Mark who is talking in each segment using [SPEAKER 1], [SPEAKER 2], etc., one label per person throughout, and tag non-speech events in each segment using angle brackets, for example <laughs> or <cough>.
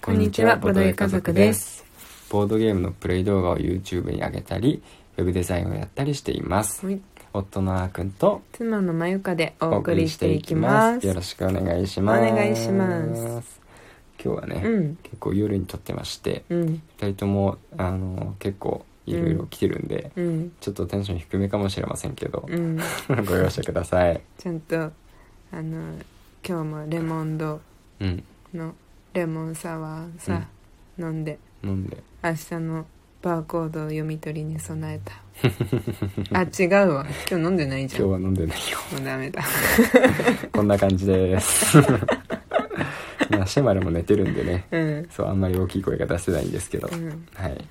[SPEAKER 1] こんにちはボドゲ家族です
[SPEAKER 2] ボードゲームのプレイ動画を YouTube に上げたりウェブデザインをやったりしています
[SPEAKER 1] はい
[SPEAKER 2] 夫のあーくんと
[SPEAKER 1] 妻のまゆかでお送りしていきます
[SPEAKER 2] よろしくお願いします
[SPEAKER 1] お願いします
[SPEAKER 2] 今日はね、
[SPEAKER 1] うん
[SPEAKER 2] 結構夜に撮ってまして
[SPEAKER 1] うん
[SPEAKER 2] 二人ともあの結構いろいろ来てるんで、
[SPEAKER 1] うん
[SPEAKER 2] ちょっとテンション低めかもしれませんけど
[SPEAKER 1] う、ん
[SPEAKER 2] ご容赦ください
[SPEAKER 1] ちゃんとあの今日もレモンド
[SPEAKER 2] うん
[SPEAKER 1] のレモンサワーさ、飲んで
[SPEAKER 2] 飲んで
[SPEAKER 1] 明日のバーコードを読み取りに備えた <laughs> あ違うわ今日飲んでないじゃん
[SPEAKER 2] 今日
[SPEAKER 1] も
[SPEAKER 2] は飲んでないよ
[SPEAKER 1] うダメだ
[SPEAKER 2] こんな感じです
[SPEAKER 1] <laughs>
[SPEAKER 2] まあシェマルも寝てるんでね
[SPEAKER 1] うん
[SPEAKER 2] そうあんまり大きい声が出せないんですけど、
[SPEAKER 1] うん
[SPEAKER 2] はい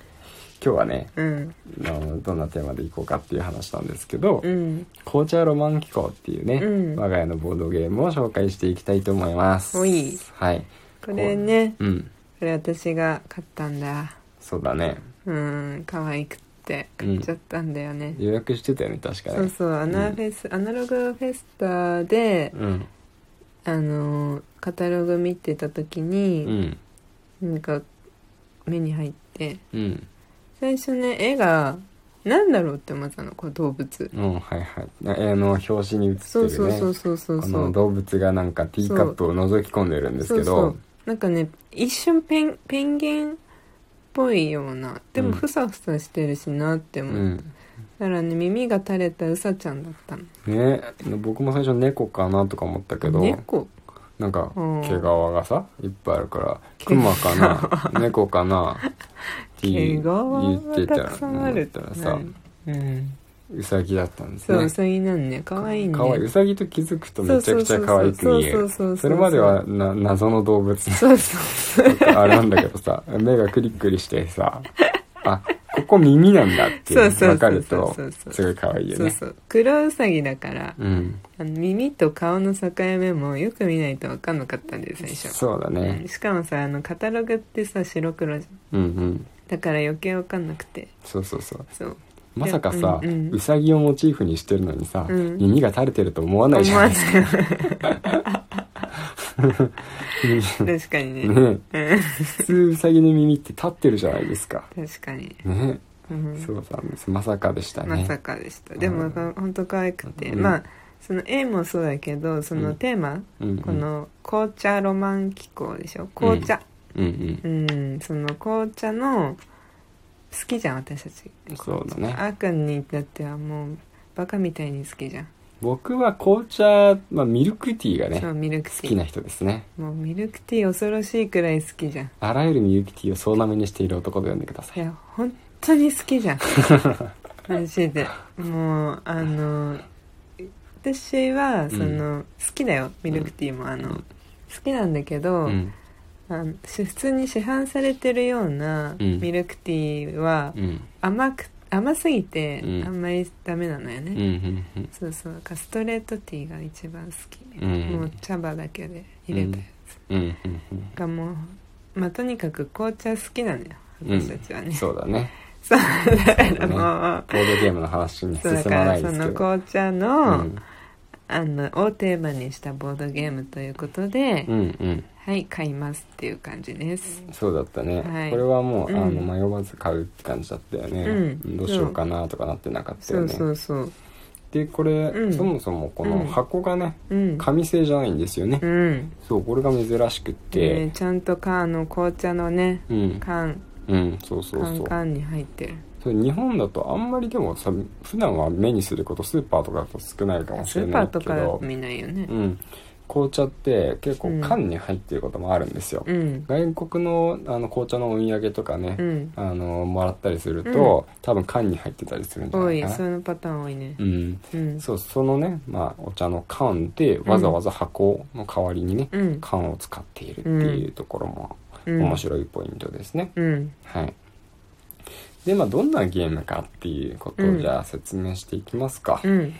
[SPEAKER 2] 今日はね
[SPEAKER 1] うん
[SPEAKER 2] あのどんなテーマでいこうかっていう話なんですけど、
[SPEAKER 1] うん
[SPEAKER 2] 紅茶ロマン機構っていうね、
[SPEAKER 1] うん
[SPEAKER 2] 我が家のボードゲームを紹介していきたいと思います
[SPEAKER 1] おい
[SPEAKER 2] はい
[SPEAKER 1] これね
[SPEAKER 2] うん
[SPEAKER 1] これ私が買ったんだ
[SPEAKER 2] そうだね
[SPEAKER 1] うん可愛くって買っちゃったんだよね、
[SPEAKER 2] 予約してたよね確かに
[SPEAKER 1] そうそうアナフェス、アナログフェスタで
[SPEAKER 2] うん
[SPEAKER 1] あのーカタログ見てた時
[SPEAKER 2] う
[SPEAKER 1] に、
[SPEAKER 2] ん
[SPEAKER 1] なんか目に入って
[SPEAKER 2] うん
[SPEAKER 1] 最初ね絵がなんだろうって思ったのこれ動物
[SPEAKER 2] うんはいはいな絵の表紙に写
[SPEAKER 1] そ
[SPEAKER 2] っ
[SPEAKER 1] う
[SPEAKER 2] て
[SPEAKER 1] そ
[SPEAKER 2] る
[SPEAKER 1] う
[SPEAKER 2] ね
[SPEAKER 1] そうそうそう
[SPEAKER 2] こ
[SPEAKER 1] そ
[SPEAKER 2] の
[SPEAKER 1] う
[SPEAKER 2] 動物がなんかティーカップを覗き込んでるんですけ
[SPEAKER 1] そ
[SPEAKER 2] ど
[SPEAKER 1] うなんかね一瞬ペンペンギンっぽいようなで
[SPEAKER 2] う
[SPEAKER 1] も
[SPEAKER 2] ん
[SPEAKER 1] ふさふさしてるしなって
[SPEAKER 2] う
[SPEAKER 1] 思っ
[SPEAKER 2] ん
[SPEAKER 1] たらね耳が垂れたウサちゃんだったの
[SPEAKER 2] ね僕も最初猫かなとか思ったけど
[SPEAKER 1] 猫
[SPEAKER 2] なんか
[SPEAKER 1] うん
[SPEAKER 2] 毛皮がさいっぱいあるから
[SPEAKER 1] 毛
[SPEAKER 2] ク
[SPEAKER 1] 皮
[SPEAKER 2] マか
[SPEAKER 1] <laughs>
[SPEAKER 2] な猫かなって
[SPEAKER 1] 毛
[SPEAKER 2] 言
[SPEAKER 1] 皮が
[SPEAKER 2] ってた
[SPEAKER 1] たくさんある
[SPEAKER 2] たらさ
[SPEAKER 1] うん
[SPEAKER 2] ウサギだったんです
[SPEAKER 1] そう、
[SPEAKER 2] ね
[SPEAKER 1] うさぎなんね。かわいいね。
[SPEAKER 2] かわいいウサギと気づくとめちゃくちゃ可愛く見え
[SPEAKER 1] そう
[SPEAKER 2] る
[SPEAKER 1] そうそうそうそうそうそう
[SPEAKER 2] それまではな謎の動物
[SPEAKER 1] そうそう。
[SPEAKER 2] あれなんだけどさ目がクリックリしてさあここ耳なんだって
[SPEAKER 1] そうそうそう
[SPEAKER 2] 分かると
[SPEAKER 1] そうそうそう
[SPEAKER 2] すごい可愛いよ
[SPEAKER 1] そう
[SPEAKER 2] ね
[SPEAKER 1] そう。黒うさぎだから、
[SPEAKER 2] うん
[SPEAKER 1] あの耳と顔の境目もよく見ないとわかんなかったんだよ、最初。
[SPEAKER 2] そうだ
[SPEAKER 1] う
[SPEAKER 2] ね
[SPEAKER 1] んしかもさ、あの、カタログってさ、白黒じゃん。
[SPEAKER 2] うんうん
[SPEAKER 1] だから余計わかんなくて。
[SPEAKER 2] そうそうそう
[SPEAKER 1] そう。
[SPEAKER 2] まさかさ
[SPEAKER 1] うんうん
[SPEAKER 2] ウサギをモチーフにしてるのにさ
[SPEAKER 1] うん
[SPEAKER 2] 耳が垂れてると思わないじ
[SPEAKER 1] 思
[SPEAKER 2] ゃ
[SPEAKER 1] わ
[SPEAKER 2] ん
[SPEAKER 1] ず。
[SPEAKER 2] <laughs>
[SPEAKER 1] 確かにね。
[SPEAKER 2] ね普通ウサギの耳って立ってるじゃないですか
[SPEAKER 1] 確かに。
[SPEAKER 2] ね
[SPEAKER 1] うん
[SPEAKER 2] そうなんですまさかでした
[SPEAKER 1] ま
[SPEAKER 2] ね
[SPEAKER 1] さかでした。でも、
[SPEAKER 2] うん
[SPEAKER 1] 本当可愛くて。
[SPEAKER 2] うん
[SPEAKER 1] まあ、その絵もそうだけど、そのテーマ、
[SPEAKER 2] うんうん
[SPEAKER 1] この紅茶ロマン機構でしょ紅茶、
[SPEAKER 2] うん
[SPEAKER 1] うん、その紅茶の好きじゃん私たち
[SPEAKER 2] うんそうだね
[SPEAKER 1] あーくんに至ってはもうバカみたいに好きじゃん、
[SPEAKER 2] 僕は紅茶まあミルクティーがね
[SPEAKER 1] そうミルク
[SPEAKER 2] 好
[SPEAKER 1] ティ
[SPEAKER 2] き
[SPEAKER 1] ー
[SPEAKER 2] な人ですね
[SPEAKER 1] もうミルクティー恐ろしいくらい好きじゃん
[SPEAKER 2] あらゆるミルクティーを総なめにしている男と呼んでください
[SPEAKER 1] いや本当に好き
[SPEAKER 2] <laughs>
[SPEAKER 1] じゃんマジでもうあの私はその、好きだよミルクティーもあの、
[SPEAKER 2] うん
[SPEAKER 1] 好きなんだけど、
[SPEAKER 2] うん
[SPEAKER 1] あのし普通に市販されてるような
[SPEAKER 2] うん
[SPEAKER 1] ミルクティーは
[SPEAKER 2] うん
[SPEAKER 1] 甘く甘すぎて
[SPEAKER 2] うん
[SPEAKER 1] あんまりダメなのよね、
[SPEAKER 2] うんうんうん
[SPEAKER 1] そうそうなんかストレートティーが一番好き、
[SPEAKER 2] うん
[SPEAKER 1] もう茶葉だけで入れたやつ、
[SPEAKER 2] うんうんうん
[SPEAKER 1] がもうまあとにかく紅茶好きなのよ私たちはね、 <laughs>
[SPEAKER 2] そうだね
[SPEAKER 1] そうだから
[SPEAKER 2] そう
[SPEAKER 1] もう
[SPEAKER 2] ボードゲームの話に進
[SPEAKER 1] そうだか
[SPEAKER 2] まな
[SPEAKER 1] ら
[SPEAKER 2] いで
[SPEAKER 1] そ
[SPEAKER 2] すけど
[SPEAKER 1] の紅茶
[SPEAKER 2] う
[SPEAKER 1] の,、
[SPEAKER 2] ん
[SPEAKER 1] あのをテーマにしたボードゲームということで、
[SPEAKER 2] うん
[SPEAKER 1] はい買いますっていう感じです
[SPEAKER 2] うんそうだったね、
[SPEAKER 1] はい
[SPEAKER 2] これはもう、
[SPEAKER 1] うん
[SPEAKER 2] あの迷わず買うって感じだったよね、
[SPEAKER 1] うん
[SPEAKER 2] どうしようかなとかなってなかった
[SPEAKER 1] そ
[SPEAKER 2] よ
[SPEAKER 1] う
[SPEAKER 2] ね
[SPEAKER 1] そうそう
[SPEAKER 2] でこれ、
[SPEAKER 1] うん
[SPEAKER 2] そもそもこ
[SPEAKER 1] うん
[SPEAKER 2] の箱がね
[SPEAKER 1] うん
[SPEAKER 2] 紙製じゃないんですよね、
[SPEAKER 1] うん
[SPEAKER 2] そうこれが珍しくっ
[SPEAKER 1] で、
[SPEAKER 2] て、
[SPEAKER 1] ねちゃんとかあの紅茶のね
[SPEAKER 2] うん
[SPEAKER 1] 缶
[SPEAKER 2] うんそうそう
[SPEAKER 1] 缶
[SPEAKER 2] そう
[SPEAKER 1] 缶に入ってる
[SPEAKER 2] それ日本だとあんまりでもさ普段は目にすることスーパーとかだと少ないかもし
[SPEAKER 1] ス
[SPEAKER 2] れ
[SPEAKER 1] ーパ
[SPEAKER 2] な
[SPEAKER 1] ー
[SPEAKER 2] いけ
[SPEAKER 1] とか
[SPEAKER 2] ど、
[SPEAKER 1] 見ないよね
[SPEAKER 2] うん、紅茶って結
[SPEAKER 1] う
[SPEAKER 2] 構
[SPEAKER 1] ん
[SPEAKER 2] 缶に入ってることもあるんですよ、
[SPEAKER 1] うん
[SPEAKER 2] 外国のあの紅茶のお土産とかね、
[SPEAKER 1] うん
[SPEAKER 2] あのもらったりすると、多分缶に入ってたりするんじゃ
[SPEAKER 1] 多
[SPEAKER 2] ない
[SPEAKER 1] い
[SPEAKER 2] か
[SPEAKER 1] そ
[SPEAKER 2] な
[SPEAKER 1] のパターン多いね
[SPEAKER 2] うん、
[SPEAKER 1] うん
[SPEAKER 2] そうそのね、まあ、お茶の缶でわざわざ箱の代わりにね、
[SPEAKER 1] うん
[SPEAKER 2] 缶を使っているっていうところも
[SPEAKER 1] うん
[SPEAKER 2] 面白いポイントですね、
[SPEAKER 1] うん
[SPEAKER 2] はい。で、まあ、どんなゲームかっていうこと
[SPEAKER 1] う
[SPEAKER 2] を
[SPEAKER 1] ん
[SPEAKER 2] じゃあ説明していきますか。
[SPEAKER 1] うん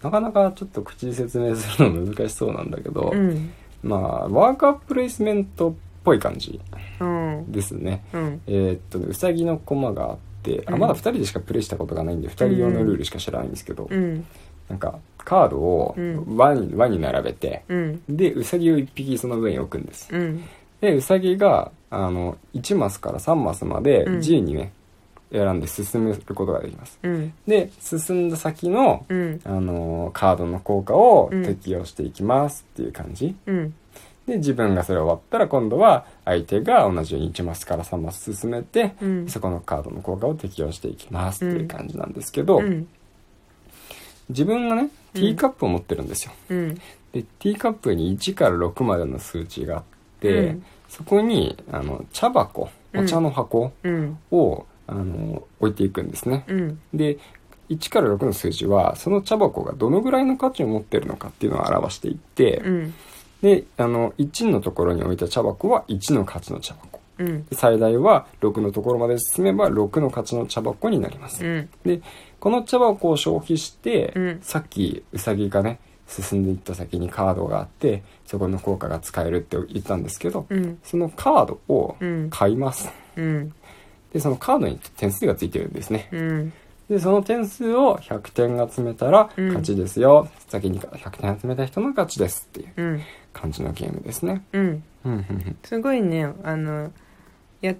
[SPEAKER 2] なかなかちょっと口で説明するの難しそうなんだけど、
[SPEAKER 1] うん
[SPEAKER 2] まあ、ワーカープレイスメントっぽい感じ
[SPEAKER 1] うん
[SPEAKER 2] ですね。
[SPEAKER 1] うん
[SPEAKER 2] えーっと、うさぎの駒があって、あ
[SPEAKER 1] うん
[SPEAKER 2] まだ2人でしかプレイしたことがないんで、2人用のルールしか知らないんですけど、
[SPEAKER 1] うん
[SPEAKER 2] なんか、カードを
[SPEAKER 1] うん
[SPEAKER 2] 輪に輪に並べて、
[SPEAKER 1] うん
[SPEAKER 2] で、うさぎを1匹その上に置くんです。
[SPEAKER 1] うん
[SPEAKER 2] で、うさぎがあの1マスから3マスまで
[SPEAKER 1] うん
[SPEAKER 2] G にね、選んで進めることができます
[SPEAKER 1] うん
[SPEAKER 2] で進んだ先の、
[SPEAKER 1] うん
[SPEAKER 2] あのカードの効果を
[SPEAKER 1] うん
[SPEAKER 2] 適用していきますっていう感じ、
[SPEAKER 1] うん
[SPEAKER 2] で自分がそれ終わったら今度は相手が同じように1マスから3マス進めて、
[SPEAKER 1] うん
[SPEAKER 2] そこのカードの効果を適用していきますっていう感じなんですけど、
[SPEAKER 1] うん
[SPEAKER 2] 自分がね
[SPEAKER 1] う
[SPEAKER 2] テ
[SPEAKER 1] ん
[SPEAKER 2] ィーカップを持ってるんですよ、
[SPEAKER 1] うん
[SPEAKER 2] でティーカップに1から6までの数値があって、
[SPEAKER 1] うん
[SPEAKER 2] そこにあの茶箱お茶の箱
[SPEAKER 1] うん
[SPEAKER 2] を、あの置いていくんですね、
[SPEAKER 1] うん
[SPEAKER 2] で1から6の数字はその茶箱がどのぐらいの価値を持ってるのかっていうのを表していって、
[SPEAKER 1] うん
[SPEAKER 2] であの1のところに置いた茶箱は1の価値の茶箱
[SPEAKER 1] うん
[SPEAKER 2] で最大は6のところまで進めば6の価値の茶箱になります、
[SPEAKER 1] うん
[SPEAKER 2] でこの茶箱を消費して、
[SPEAKER 1] うん
[SPEAKER 2] さっきウサギがね進んでいった先にカードがあってそこの効果が使えるって言ったんですけど、
[SPEAKER 1] うん
[SPEAKER 2] そのカードを
[SPEAKER 1] うん
[SPEAKER 2] 買います、
[SPEAKER 1] うん
[SPEAKER 2] でそのカードに点数がついてるんですね、
[SPEAKER 1] うん
[SPEAKER 2] でその点数を100点が集めたら
[SPEAKER 1] うん
[SPEAKER 2] 勝ちですよ、先に100点集めた人の勝ちですっていう
[SPEAKER 1] うん
[SPEAKER 2] 感じのゲームですね
[SPEAKER 1] うん
[SPEAKER 2] うんうんうん
[SPEAKER 1] すごいねあのや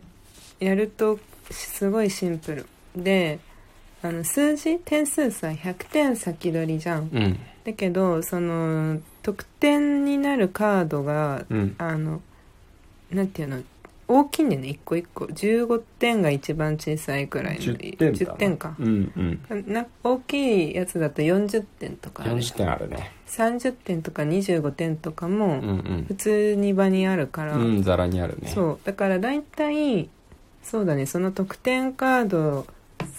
[SPEAKER 1] やるとすごいシンプルであの数字点数さ100点先取りじゃ
[SPEAKER 2] う
[SPEAKER 1] ん
[SPEAKER 2] ん
[SPEAKER 1] だけどその得点になるカードが
[SPEAKER 2] うん
[SPEAKER 1] あのなんていうの大きいんだよね一個一個15点が一番小さいくらいの
[SPEAKER 2] 10点だな
[SPEAKER 1] 10点か
[SPEAKER 2] う、んうん
[SPEAKER 1] な大きいやつだと40点とかある
[SPEAKER 2] 40点あるね
[SPEAKER 1] 30点とか25点とかも
[SPEAKER 2] うんうん
[SPEAKER 1] 普通に場にあるから、
[SPEAKER 2] うんざらにあるね
[SPEAKER 1] そうだから大体そうだねその得点カード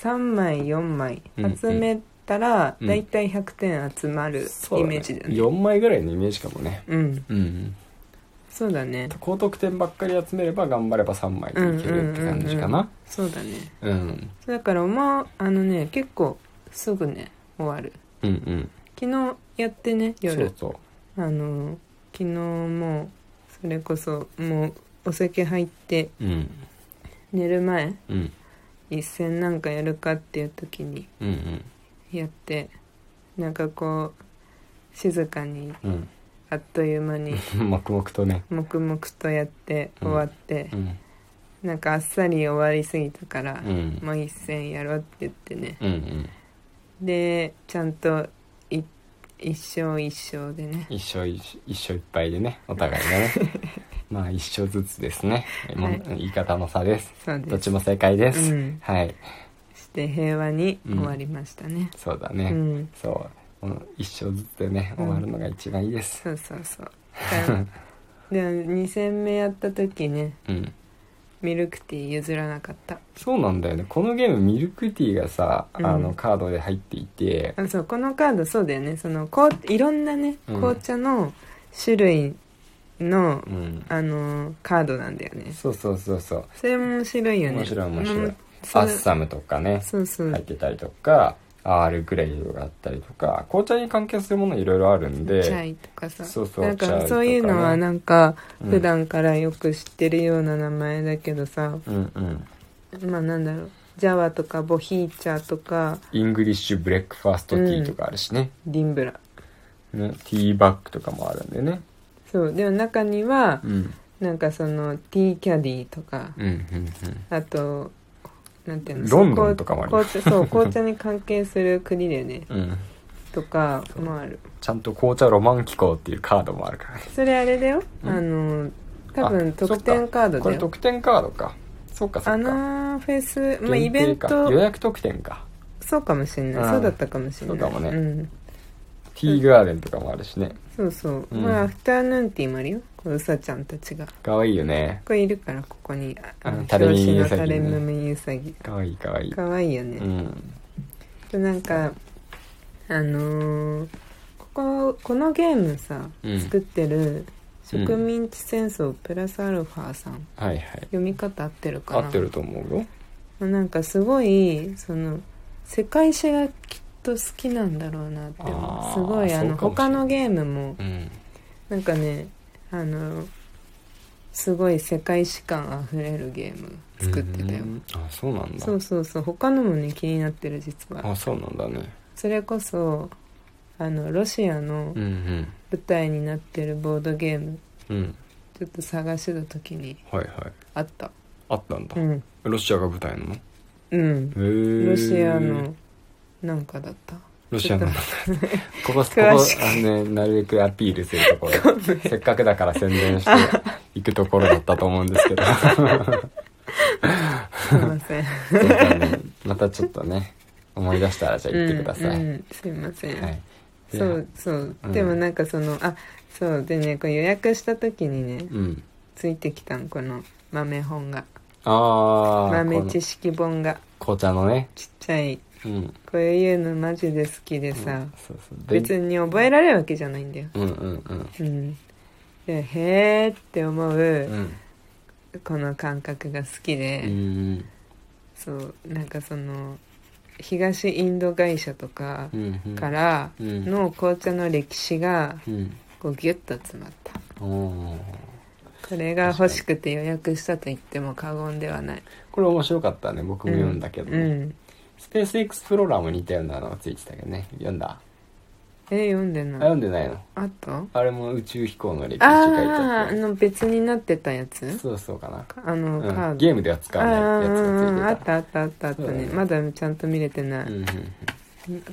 [SPEAKER 1] 3枚4枚
[SPEAKER 2] うん
[SPEAKER 1] 集めたら
[SPEAKER 2] うん
[SPEAKER 1] 大体100点集まる
[SPEAKER 2] そう
[SPEAKER 1] イ
[SPEAKER 2] だ
[SPEAKER 1] メ
[SPEAKER 2] ね
[SPEAKER 1] ージだね
[SPEAKER 2] 4枚ぐらいのイメージかもね
[SPEAKER 1] うん
[SPEAKER 2] うんうん
[SPEAKER 1] そうだね
[SPEAKER 2] 高得点ばっかり集めれば頑張れば3枚でいけるって感じかな
[SPEAKER 1] そうだね
[SPEAKER 2] うんうん
[SPEAKER 1] そうだからまああのね結構すぐね終わる
[SPEAKER 2] うん
[SPEAKER 1] 昨日やってね
[SPEAKER 2] そう
[SPEAKER 1] 夜
[SPEAKER 2] そう
[SPEAKER 1] あの昨日もそれこそもうお酒入って
[SPEAKER 2] うん
[SPEAKER 1] 寝る前
[SPEAKER 2] うん
[SPEAKER 1] 一戦なんかやるかっていう時に
[SPEAKER 2] うんうん
[SPEAKER 1] やってなんかこう静かに
[SPEAKER 2] うん
[SPEAKER 1] あっという間に
[SPEAKER 2] <laughs> 黙々とね
[SPEAKER 1] 黙々とやって
[SPEAKER 2] うん
[SPEAKER 1] 終わって
[SPEAKER 2] う、ん
[SPEAKER 1] なんかあっさり終わりすぎたから、
[SPEAKER 2] うん
[SPEAKER 1] もう一戦やろうって言ってね
[SPEAKER 2] うんうん
[SPEAKER 1] でちゃんとい一生一生でね
[SPEAKER 2] 一生一一生いっぱいでねお互いが <laughs> ねまあ一生ずつですね、もう
[SPEAKER 1] はい
[SPEAKER 2] 言い方の差です
[SPEAKER 1] そうです
[SPEAKER 2] どっちも正解です、
[SPEAKER 1] うん、
[SPEAKER 2] はい
[SPEAKER 1] して平和に終わりましたね、
[SPEAKER 2] そうだ
[SPEAKER 1] う
[SPEAKER 2] ね、
[SPEAKER 1] ん
[SPEAKER 2] そうもう一生ずつでね
[SPEAKER 1] う
[SPEAKER 2] 終
[SPEAKER 1] ん
[SPEAKER 2] わるのが一番いいです
[SPEAKER 1] そうそうそうで2戦目やった時ね
[SPEAKER 2] うん、
[SPEAKER 1] ミルクティー譲らなかった
[SPEAKER 2] そうなんだよねこのゲームミルクティーがさ、
[SPEAKER 1] うん
[SPEAKER 2] あのカードで入っていて
[SPEAKER 1] あそうこのカードそうだよねそのこういろんなね
[SPEAKER 2] うん
[SPEAKER 1] 紅茶の種類の、
[SPEAKER 2] うん
[SPEAKER 1] あのーカードなんだよね
[SPEAKER 2] そうそうそうそう
[SPEAKER 1] それも面白いよね
[SPEAKER 2] 面白い面白い
[SPEAKER 1] うんそ
[SPEAKER 2] ア
[SPEAKER 1] う
[SPEAKER 2] ッサムとかね
[SPEAKER 1] そうそう、
[SPEAKER 2] 入ってたりとかアールグレイとかあったりとか紅茶に関係するものいろいろあるんで
[SPEAKER 1] チャイとかさ
[SPEAKER 2] そうそう
[SPEAKER 1] なん
[SPEAKER 2] チャイ
[SPEAKER 1] か
[SPEAKER 2] とかね
[SPEAKER 1] そういうのはなんか
[SPEAKER 2] うん
[SPEAKER 1] 普段からよく知ってるような名前だけどさ、
[SPEAKER 2] うんうん
[SPEAKER 1] まあなんだろうジャワとかボヒーチャとか
[SPEAKER 2] イングリッシュブレックファーストティーとかあるしね,、
[SPEAKER 1] ディンブラ
[SPEAKER 2] ねティーバッグとかもあるんでね
[SPEAKER 1] そうでも中には
[SPEAKER 2] うん
[SPEAKER 1] なんかそのティーキャディーとか
[SPEAKER 2] うんうん
[SPEAKER 1] あとなんていうの
[SPEAKER 2] ロンドンとかもある
[SPEAKER 1] 紅茶そう紅茶に関係する国だよね
[SPEAKER 2] うんうん
[SPEAKER 1] とかもある
[SPEAKER 2] ちゃんと紅茶ロマン機構っていうカードもあるからね
[SPEAKER 1] それあれだよ、
[SPEAKER 2] うん
[SPEAKER 1] あの多
[SPEAKER 2] あ
[SPEAKER 1] 分特典カード
[SPEAKER 2] こ
[SPEAKER 1] だ
[SPEAKER 2] れ
[SPEAKER 1] よ
[SPEAKER 2] 特典カードかそうかそ
[SPEAKER 1] ア
[SPEAKER 2] うか
[SPEAKER 1] ナフェス、まあ、イ
[SPEAKER 2] 限
[SPEAKER 1] ベ
[SPEAKER 2] 定
[SPEAKER 1] ン
[SPEAKER 2] か
[SPEAKER 1] ト
[SPEAKER 2] 予約特典か
[SPEAKER 1] そうかもしんな
[SPEAKER 2] う
[SPEAKER 1] い
[SPEAKER 2] ん
[SPEAKER 1] そうだったかもしんない
[SPEAKER 2] そうかもね
[SPEAKER 1] ん、
[SPEAKER 2] ティーガーデンとかもあるしね
[SPEAKER 1] そうそう、
[SPEAKER 2] うん
[SPEAKER 1] まあアフターヌーンティーもあるよこううさちゃんたちが
[SPEAKER 2] かわいいよね
[SPEAKER 1] これいるからここに
[SPEAKER 2] あの
[SPEAKER 1] の
[SPEAKER 2] 垂れ
[SPEAKER 1] 表紙
[SPEAKER 2] 耳ウ
[SPEAKER 1] の
[SPEAKER 2] サギね
[SPEAKER 1] 垂れ耳ウサギ
[SPEAKER 2] かわいいかわいい
[SPEAKER 1] かわいいよね、
[SPEAKER 2] うん
[SPEAKER 1] でなんかあのーこここのゲームさ、
[SPEAKER 2] うん
[SPEAKER 1] 作ってる植民地戦争プラスアルファさん、
[SPEAKER 2] はいはい
[SPEAKER 1] 読み方合ってるか
[SPEAKER 2] 合
[SPEAKER 1] な
[SPEAKER 2] ってると思うよ
[SPEAKER 1] なんかすごいその世界史がきっと好きなんだろうなって思
[SPEAKER 2] あー
[SPEAKER 1] うすごいあの
[SPEAKER 2] そうかもしれ
[SPEAKER 1] 他
[SPEAKER 2] ない
[SPEAKER 1] のゲームも
[SPEAKER 2] うん
[SPEAKER 1] なんかねあのすごい世界史感あふれるゲーム作ってたよ
[SPEAKER 2] うんあそうなんだ
[SPEAKER 1] そうそうそう他のもね気になってる実は
[SPEAKER 2] あそうなんだね
[SPEAKER 1] それこそあのロシアの
[SPEAKER 2] うん
[SPEAKER 1] 舞台になってるボードゲーム
[SPEAKER 2] うんうん
[SPEAKER 1] ちょっと探してた時に
[SPEAKER 2] はいはい
[SPEAKER 1] あった
[SPEAKER 2] あったんだ、
[SPEAKER 1] うん
[SPEAKER 2] ロシアが舞台なのへ
[SPEAKER 1] うん
[SPEAKER 2] え
[SPEAKER 1] ロシアのなんかだった
[SPEAKER 2] ロシアなんだ
[SPEAKER 1] <laughs>
[SPEAKER 2] ここここあ
[SPEAKER 1] 詳しく
[SPEAKER 2] のねなるべくアピールするところせっかくだから宣伝していくところだったと思うんですけど
[SPEAKER 1] すい
[SPEAKER 2] <laughs>
[SPEAKER 1] ません
[SPEAKER 2] そうだねまたちょっとね思い出したらじゃあ行ってください、
[SPEAKER 1] うんうん、すいません、
[SPEAKER 2] はいで
[SPEAKER 1] そうそう、
[SPEAKER 2] うん
[SPEAKER 1] でもなんかそのあそうでねこれ予約した時にね
[SPEAKER 2] うん
[SPEAKER 1] ついてきたんこの豆本が
[SPEAKER 2] ああ
[SPEAKER 1] 豆知識本が
[SPEAKER 2] 紅茶のね
[SPEAKER 1] ちっちゃい
[SPEAKER 2] うん
[SPEAKER 1] こういうのマジで好きでさ、
[SPEAKER 2] そうそう
[SPEAKER 1] 別に覚えられるわけじゃないんだよ
[SPEAKER 2] うんうんうん
[SPEAKER 1] うんでへーって思
[SPEAKER 2] う
[SPEAKER 1] うんこの感覚が好きで、
[SPEAKER 2] うん
[SPEAKER 1] そうなんかその東インド会社とか
[SPEAKER 2] うんうん
[SPEAKER 1] から
[SPEAKER 2] うん
[SPEAKER 1] の紅茶の歴史が
[SPEAKER 2] うん
[SPEAKER 1] こうギュッと詰まった
[SPEAKER 2] おー
[SPEAKER 1] これが欲しくて予約したと言っても過言ではない
[SPEAKER 2] これ面白かったね僕も読んだけど、
[SPEAKER 1] う
[SPEAKER 2] ね
[SPEAKER 1] ん
[SPEAKER 2] スペースエクスプローラーも似たようなのがついてたけどね読んだ
[SPEAKER 1] え読んで
[SPEAKER 2] あ
[SPEAKER 1] ない
[SPEAKER 2] 読んでないの
[SPEAKER 1] あと
[SPEAKER 2] あれも宇宙飛行の歴史書いてあ
[SPEAKER 1] あ
[SPEAKER 2] っ
[SPEAKER 1] ーあ
[SPEAKER 2] て
[SPEAKER 1] の別になってたやつ
[SPEAKER 2] そうそうかな、
[SPEAKER 1] あのカ
[SPEAKER 2] う
[SPEAKER 1] ー
[SPEAKER 2] ん、
[SPEAKER 1] ド、
[SPEAKER 2] ゲームでは使わないやつ
[SPEAKER 1] あー
[SPEAKER 2] が
[SPEAKER 1] あ
[SPEAKER 2] ついて
[SPEAKER 1] ったたあったあったあった
[SPEAKER 2] そうだ
[SPEAKER 1] ね
[SPEAKER 2] ね
[SPEAKER 1] まだちゃんと見れてない、
[SPEAKER 2] うん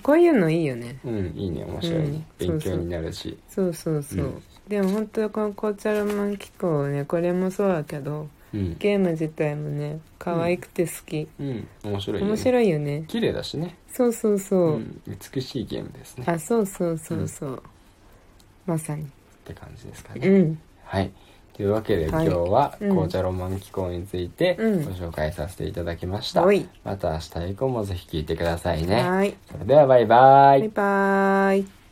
[SPEAKER 1] こういうのいいよね
[SPEAKER 2] うんうん、いいね面白いね、
[SPEAKER 1] うん
[SPEAKER 2] 勉強になるし
[SPEAKER 1] そうそうそう、
[SPEAKER 2] うん
[SPEAKER 1] でも本当この紅茶ロマン機構ねこれもそうだけど
[SPEAKER 2] うん、
[SPEAKER 1] ゲーム自体もね可愛くて好き、
[SPEAKER 2] うん、面白い、ね、
[SPEAKER 1] 面白いよね
[SPEAKER 2] 綺麗だしね、
[SPEAKER 1] そうそうそうう、
[SPEAKER 2] ん、美しいゲームですねっ
[SPEAKER 1] あそうそうそうそう、まさに
[SPEAKER 2] て感じですかね、
[SPEAKER 1] うん
[SPEAKER 2] はいというわけで今
[SPEAKER 1] はい
[SPEAKER 2] 日は
[SPEAKER 1] うん
[SPEAKER 2] 紅茶ロマン機構についてご
[SPEAKER 1] うん
[SPEAKER 2] 紹介させていただきました、
[SPEAKER 1] おい、
[SPEAKER 2] また明日以降もぜひ聞いてくださいね
[SPEAKER 1] はい
[SPEAKER 2] それではバイバイ
[SPEAKER 1] バイバーイ